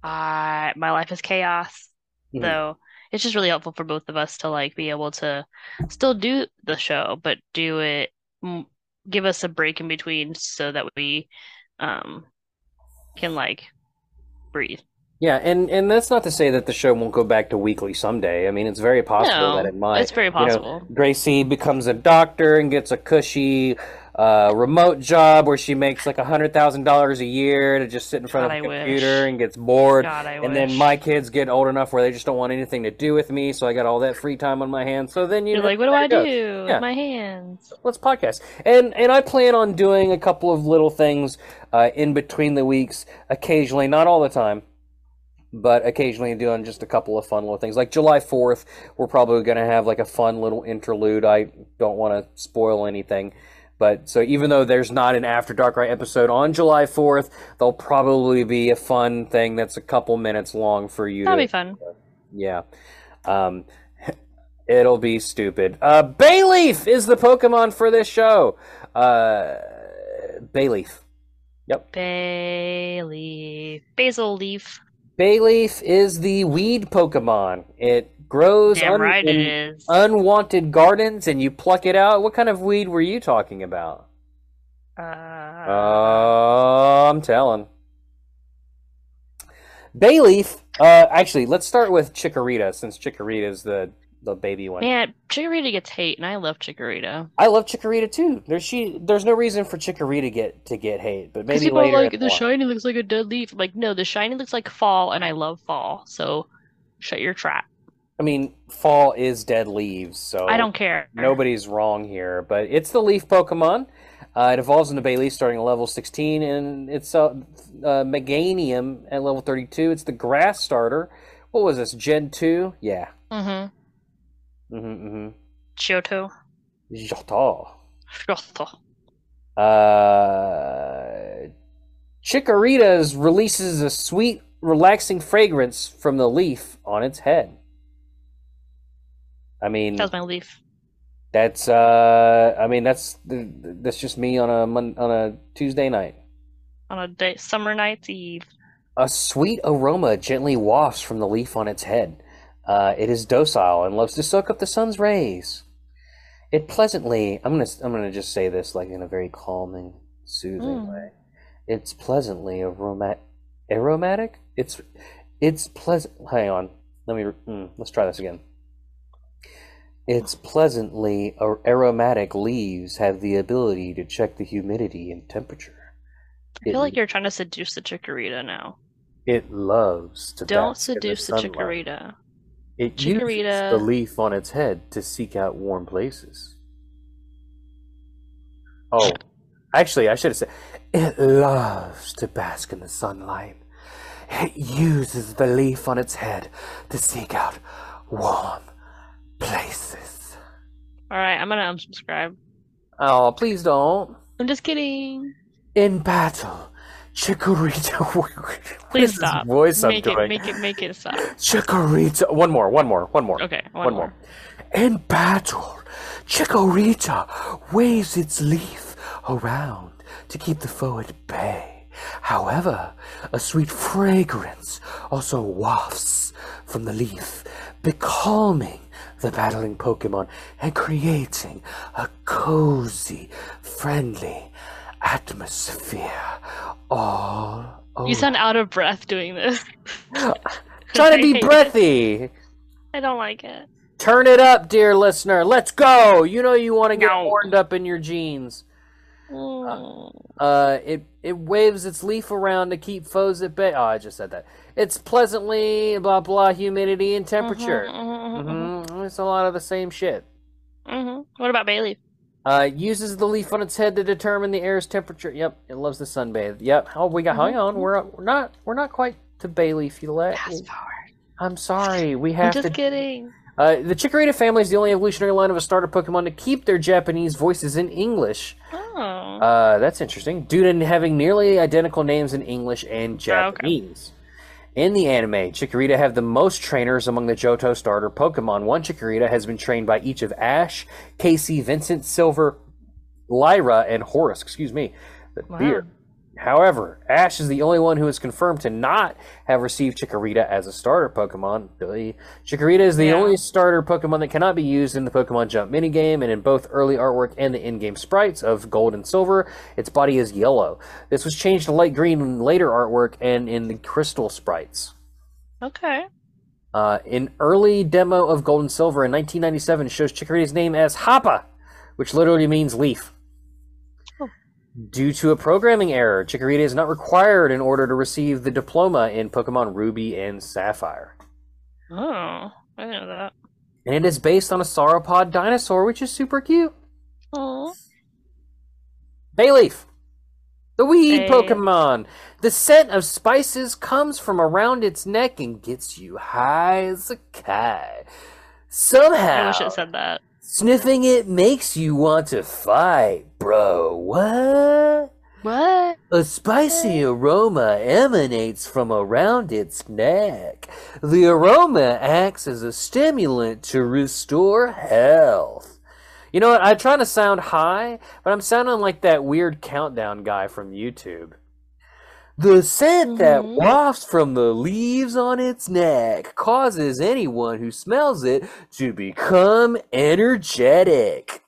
I my life is chaos.
Mhm.
So it's just really helpful for both of us to like be able to still do the show, but do it, m give us a break in between so that we um can like breathe.
Yeah, and and that's not to say that the show won't go back to weekly someday. I mean, it's very possible
No,
that it might.
it's very
You know,
possible.
Gracie becomes a doctor and gets a cushy uh, remote job where she makes like hundred thousand dollars a year to just sit in front
God,
of a
I wish.
computer and gets bored.
God, I
and
wish.
then my kids get old enough where they just don't want anything to do with me, so I got all that free time on my hands. So then you
You're
know,
like, what do
there
I
it goes.
do with
Yeah.
my hands?
Let's podcast, and and I plan on doing a couple of little things uh, in between the weeks, occasionally, not all the time, but occasionally doing just a couple of fun little things. Like July Fourth, we're probably going to have like a fun little interlude. I don't want to spoil anything, but so even though there's not an After Dark Right episode on July Fourth, there'll probably be a fun thing that's a couple minutes long for you.
That'll
to,
be fun.
yeah. Um, it'll be stupid. Uh, Bayleaf is the Pokemon for this show. Uh, Bayleaf.
Bay leaf, basil leaf.
Bayleaf is the weed Pokemon. It grows
Damn
un-
right it
in
is.
unwanted gardens and you pluck it out. What kind of weed were you talking about?
Uh,
Uh, I'm telling. Bayleaf. Uh, actually, let's start with Chikorita since Chikorita is the, the baby one.
man, Chikorita gets hate, and I love Chikorita.
I love Chikorita too. There's she. There's no reason for Chikorita to get to get hate, but
Because
maybe
people are
later.
like,
in
the
life."
shiny looks like a dead leaf. I'm Like, no, the shiny looks like fall, and I love fall. So, shut your trap.
I mean, fall is dead leaves, so
I don't care.
Nobody's wrong here, but it's the leaf Pokemon. Uh, it evolves into Bayleaf starting at level 16, and it's uh, uh, Meganium at level 32. It's the grass starter. What was this? Gen 2? Yeah.
Mm-hmm.
Mm-hmm,
Shoto.
hmm Jotol.
Shoto.
Hmm. Uh, Chikorita's releases a sweet, relaxing fragrance from the leaf on its head. I mean,
That was my leaf.
that's uh, I mean, that's that's just me on a Mon- on a Tuesday night.
On a day, summer night's eve.
A sweet aroma gently wafts from the leaf on its head. Uh, it is docile and loves to soak up the sun's rays. It pleasantly, I'm gonna, I'm gonna just say this like in a very calming, soothing
Mm.
way. It's pleasantly aroma, aromatic. It's, it's pleasant. Hang on, let me. re- Mm, let's try this again. Its pleasantly ar- aromatic leaves have the ability to check the humidity and temperature.
I feel
It-
like you're trying to seduce the Chikorita now.
it loves to
Don't
bask in the
seduce the
sunlight.
Chikorita.
It
Chikorita.
uses the leaf on its head to seek out warm places. Oh, actually, I should have said it loves to bask in the sunlight. It uses the leaf on its head to seek out warm places.
All right, I'm gonna unsubscribe.
Oh, please don't.
I'm just kidding.
In battle, Chikorita. What is
Please
this
stop.
Voice
make
I'm
it,
doing.
make it, make it stop.
Chikorita. One more. One more. One more.
Okay, one,
One
more.
more. In battle, Chikorita waves its leaf around to keep the foe at bay. However, a sweet fragrance also wafts from the leaf, becalming the battling Pokemon and creating a cozy, friendly atmosphere all over.
You sound out of breath doing this.
Trying to be
I-
breathy.
I don't like it.
Turn it up, dear listener. Let's go. You know you want to get
No.
horned up in your jeans.
Mm.
Uh, it it waves its leaf around to keep foes at bay. Oh, I just said that. It's pleasantly blah blah humidity and temperature.
Mhm, mhm, mhm,
Mhm, It's a lot of the same shit.
mhm. What about Bailey?
Uh, it uses the leaf on its head to determine the air's temperature. Yep, it loves to sunbathe. Yep. Oh, we got.
Mm-hmm.
Hang on. We're we're not we're not quite to bay leaf yet.
Fast forward.
I'm sorry. We
I'm
have
just
to
kidding.
Uh, the Chikorita family is the only evolutionary line of a starter Pokemon to keep their Japanese voices in English.
Oh,
Uh, that's interesting. Due to having nearly identical names in English and
Oh, okay.
Japanese. In the anime, Chikorita have the most trainers among the Johto starter Pokemon. One Chikorita has been trained by each of Ash, Casey, Vincent, Silver, Lyra, and Horus. Excuse me. The
Wow.
beer. However, Ash is the only one who is confirmed to not have received Chikorita as a starter Pokemon. Really. Chikorita is the
Yeah.
only starter Pokemon that cannot be used in the Pokemon Jump minigame and in both early artwork and the in game sprites of Gold and Silver. Its body is yellow. This was changed to light green in later artwork and in the Crystal sprites.
Okay.
Uh, an early demo of Gold and Silver in 1997 shows Chicory's name as Hapa, which literally means leaf.
Oh.
Due to a programming error, Chikorita is not required in order to receive the diploma in Pokemon Ruby and Sapphire.
Oh, I know that.
And
Hmm.
it is based on a sauropod dinosaur, which is super cute.
Oh.
Bayleaf! The weed
Bay-
Pokemon! The scent of spices comes from around its neck and gets you high as a kite.
I
Somehow,
wish it said that.
sniffing it makes you want to fight, bro. What?
What?
A spicy aroma emanates from around its neck. The aroma acts as a stimulant to restore health. You know what? I'm trying to sound high, but I'm sounding like that weird countdown guy from YouTube. The scent that
Mhm.
wafts from the leaves on its neck causes anyone who smells it to become energetic.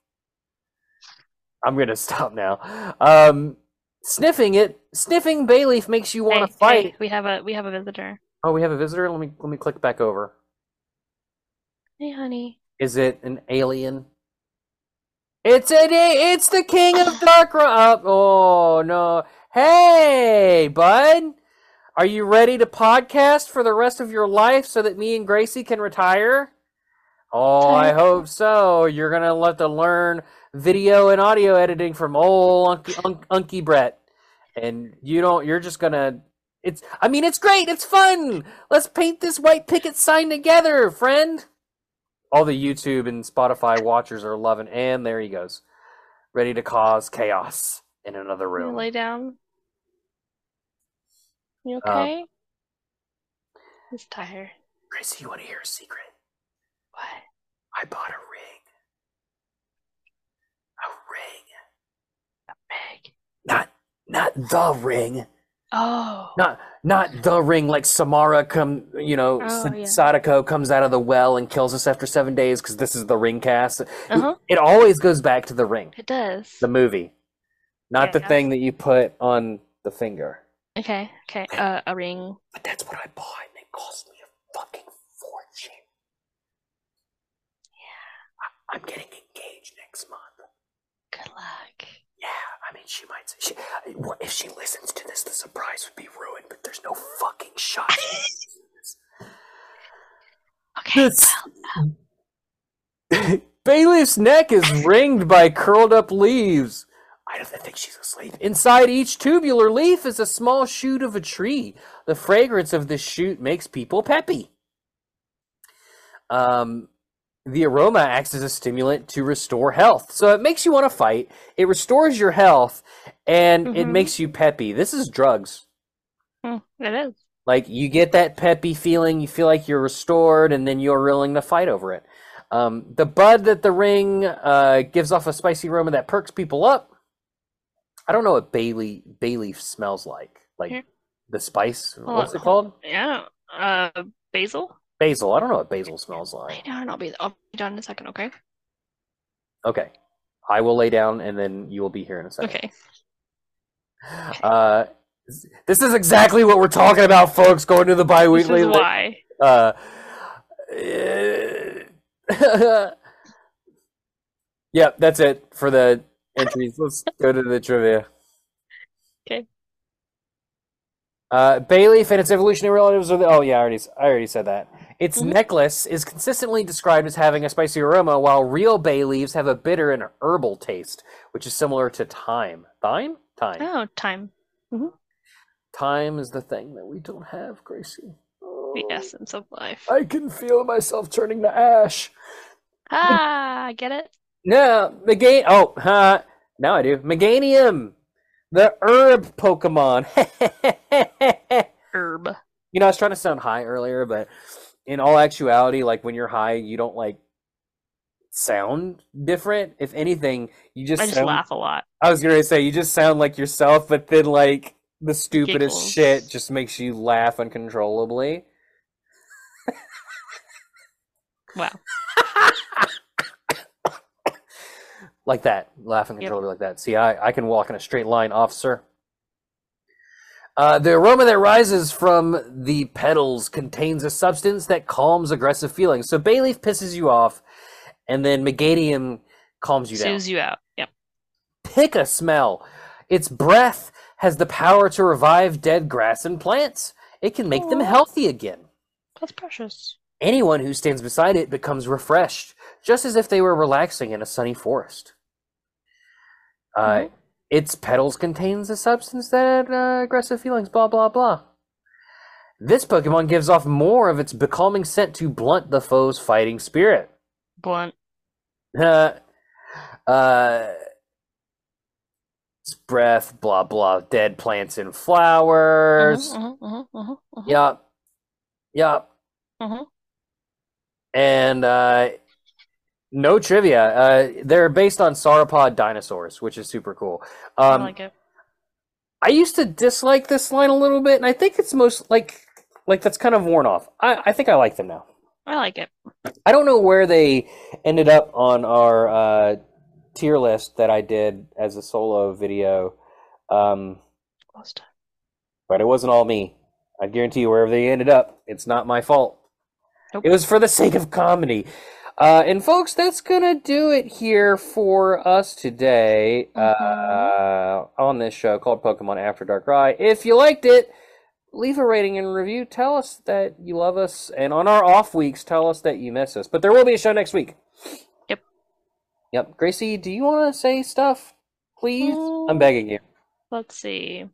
I'm gonna stop now. Um, sniffing it, sniffing bay leaf makes you want
Hey,
to fight.
hey, we have a we have a visitor.
Oh, we have a visitor. Let me let me click back over.
Hey, honey.
Is it an alien? It's an a it's the king of dark ro- uh, Oh no! Hey, bud, are you ready to podcast for the rest of your life so that me and Gracie can retire? Oh, I
Retire.
hope so. You're gonna have to learn video and audio editing from old Unky, Unk, Unky Brett, and you don't. You're just gonna. It's. I mean, it's great. It's fun. Let's paint this white picket sign together, friend. All the YouTube and Spotify watchers are loving, and there he goes, ready to cause chaos in another
Can you
room.
lay down? You
Um,
okay? He's tired.
Gracie, you want to hear a secret?
What?
I bought a ring. A ring,
Meg.
not not the ring.
Oh.
not not the ring like Samara come you know
Oh,
Sa-
yeah.
Sadako comes out of the well and kills us after seven days because this is the ring cast.
Uh huh.
It always goes back to the ring,
It does.
the movie, not the
Yeah.
thing that you put on the finger.
Okay. Okay. Uh, a ring.
But that's what I bought, and it cost me a fucking fortune. Yeah, I- I'm getting engaged next month.
Good luck.
Yeah, I mean, she might. She, what if she listens to this? The surprise would be ruined. But there's no fucking shot.
Okay.
This- Bailiff's neck is ringed by curled up leaves. I don't think she's asleep. Inside each tubular leaf is a small shoot of a tree. The fragrance of this shoot makes people peppy. Um, the aroma acts as a stimulant to restore health. So it makes you want to fight, it restores your health, and it
Mhm.
makes you peppy. This is drugs.
Well, mm, it is.
Like you get that peppy feeling, you feel like you're restored, and then you're willing to fight over it. Um, the bud that the ring uh, gives off a spicy aroma that perks people up. I don't know what Bailey Bayleaf smells like, like
Here.
the spice.
Hmm. Hold
What's
on,
it called?
Yeah. Uh, basil.
Basil. I don't know what basil smells like.
Lay down, and I'll be I'll be done in a second. Okay.
Okay, I will lay down, and then you will be here in a second.
Okay.
Uh, this is exactly what we're talking about, folks. Going to the
This
bi-weekly.
is
li-
why.
Uh, eh, yeah, that's it for the entries. Let's go to the trivia.
'Kay.
Uh, Bayleaf and its evolutionary relatives are the. Oh yeah, I already s- I already said that. Its
Mhm.
necklace is consistently described as having a spicy aroma, while real bay leaves have a bitter and herbal taste, which is similar to thyme. Thyme, thyme.
Oh, time.
Time is the thing that we don't have, Gracie.
The
Oh.
essence of life.
I can feel myself turning to ash.
Ah, I get it.
No, Megan. Oh, huh. Now I do. Meganium, the herb Pokemon.
Herb.
you know, I was trying to sound high earlier, but in all actuality, like when you're high, you don't like sound different. If anything, you just
I just
sound.
laugh a lot.
I was gonna say you just sound like yourself, but then like the stupidest
Giggles.
shit just makes you laugh uncontrollably.
Wow.
like that, laughing
Yep.
controllably like that. See, I, I can walk in a straight line, officer. Uh, the aroma that rises from the petals contains a substance that calms aggressive feelings. So bay leaf pisses you off, and then meganium calms you down.
Soothes you out. Yep.
Pick a smell. Its breath has the power to revive dead grass and plants. It can make them
Aw.
healthy again.
That's precious.
Anyone who stands beside it becomes refreshed, just as if they were relaxing in a sunny forest. Uh,
Mhm.
Its petals contains a substance that uh, aggressive feelings, blah blah blah. This Pokemon gives off more of its becalming scent to blunt the foe's fighting spirit.
Blunt.
Uh, uh, its breath, blah blah, dead plants and flowers.
Mhm, mhm, mhm, mhm,
Yup, yup.
mhm.
and uh, no trivia. Uh, they're based on sauropod dinosaurs, which is super cool.
I
Um,
like it.
I used to dislike this line a little bit, and I think it's most like like that's kind of worn off. I, I think I like them now.
I like it.
I don't know where they ended up on our uh, tier list that I did as a solo video, um,
Last time.
but it wasn't all me. I guarantee you, wherever they ended up, it's not my fault.
Nope.
It was for the sake of comedy. Uh, and folks, that's gonna do it here for us today uh,
Mhm.
on this show called Pokemon After Dark Rye. If you liked it, leave a rating and review. Tell us that you love us, and on our off weeks, tell us that you miss us. But there will be a show next week.
Yep.
Yep. Gracie, do you want to say stuff, please? I'm begging you.
Let's see.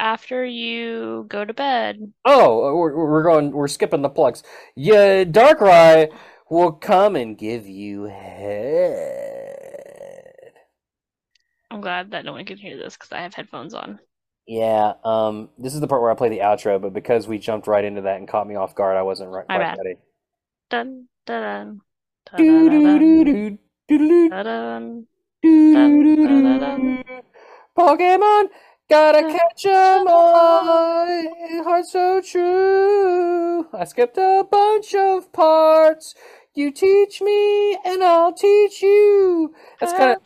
After you go to bed,
Oh, we're, we're going. We're skipping the plugs. Yeah, Darkrai will come and give you head.
I'm glad that no one can hear this because I have headphones on.
Yeah. Um. This is the part where I play the outro, but because we jumped right into that and caught me off guard, I wasn't right,
My
quite
bad.
ready.
Dun dun dun.
Doo doo
Dun
doo doo doo doo
dun.
doo doo
dun,
doo. Pokemon, gotta
Dun,
catch 'em
dun,
all. Heart so true. I skipped a bunch of parts. You teach me, and I'll teach you. That's kind of.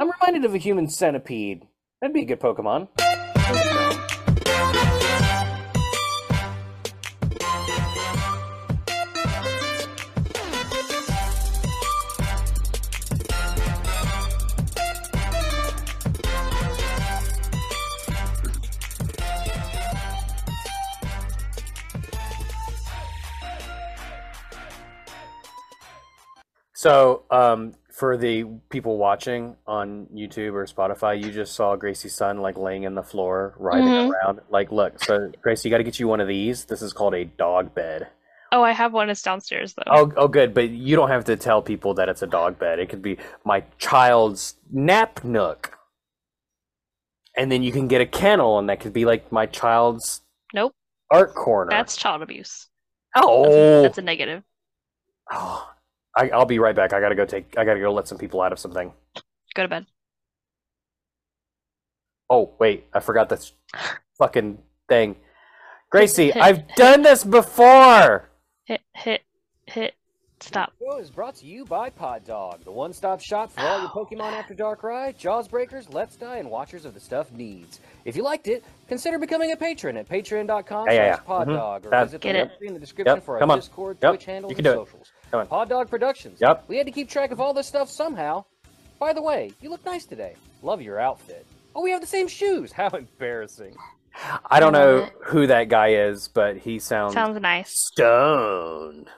I'm reminded of a human centipede. That'd be a good Pokemon. So, um, for the people watching on YouTube or Spotify, you just saw Gracie's son like laying in the floor, writhing
Mhm.
around. Like, look, so Gracie, you got to get you one of these. This is called a dog bed.
Oh, I have one. It's downstairs though.
Oh, oh, good. But you don't have to tell people that it's a dog bed. It could be my child's nap nook, and then you can get a kennel, and that could be like my child's
Nope.
art corner.
That's child abuse. That's,
oh,
that's a negative.
oh. I, I'll be right back. I gotta go take. I gotta go let some people out of something.
Go to bed.
Oh, wait, I forgot this fucking thing. Gracie, I've done this before!
Hit hit hit. Stop.
The show is brought to you by Pod Dog, the one stop shop for all your
Oh.
Pokemon After Dark Ride, Jaws Breakers, Let's Die, and Watchers of the Stuff Needs. If you liked it, consider becoming a patron at patreon.com
Yeah, yeah, yeah.
slash poddog or
That-
visit
Get
the
it.
link tree in the description
Yep,
for our
come on.
Discord,
Yep,
Twitch handles,
you can
and
do it.
socials.
Come on.
Pod Dog Productions.
Yep.
We had to keep track of all this stuff somehow. By the way, you look nice today. Love your outfit. Oh, we have the same shoes. How embarrassing. I don't know who that guy is, but he sounds
Sounds nice.
stoned.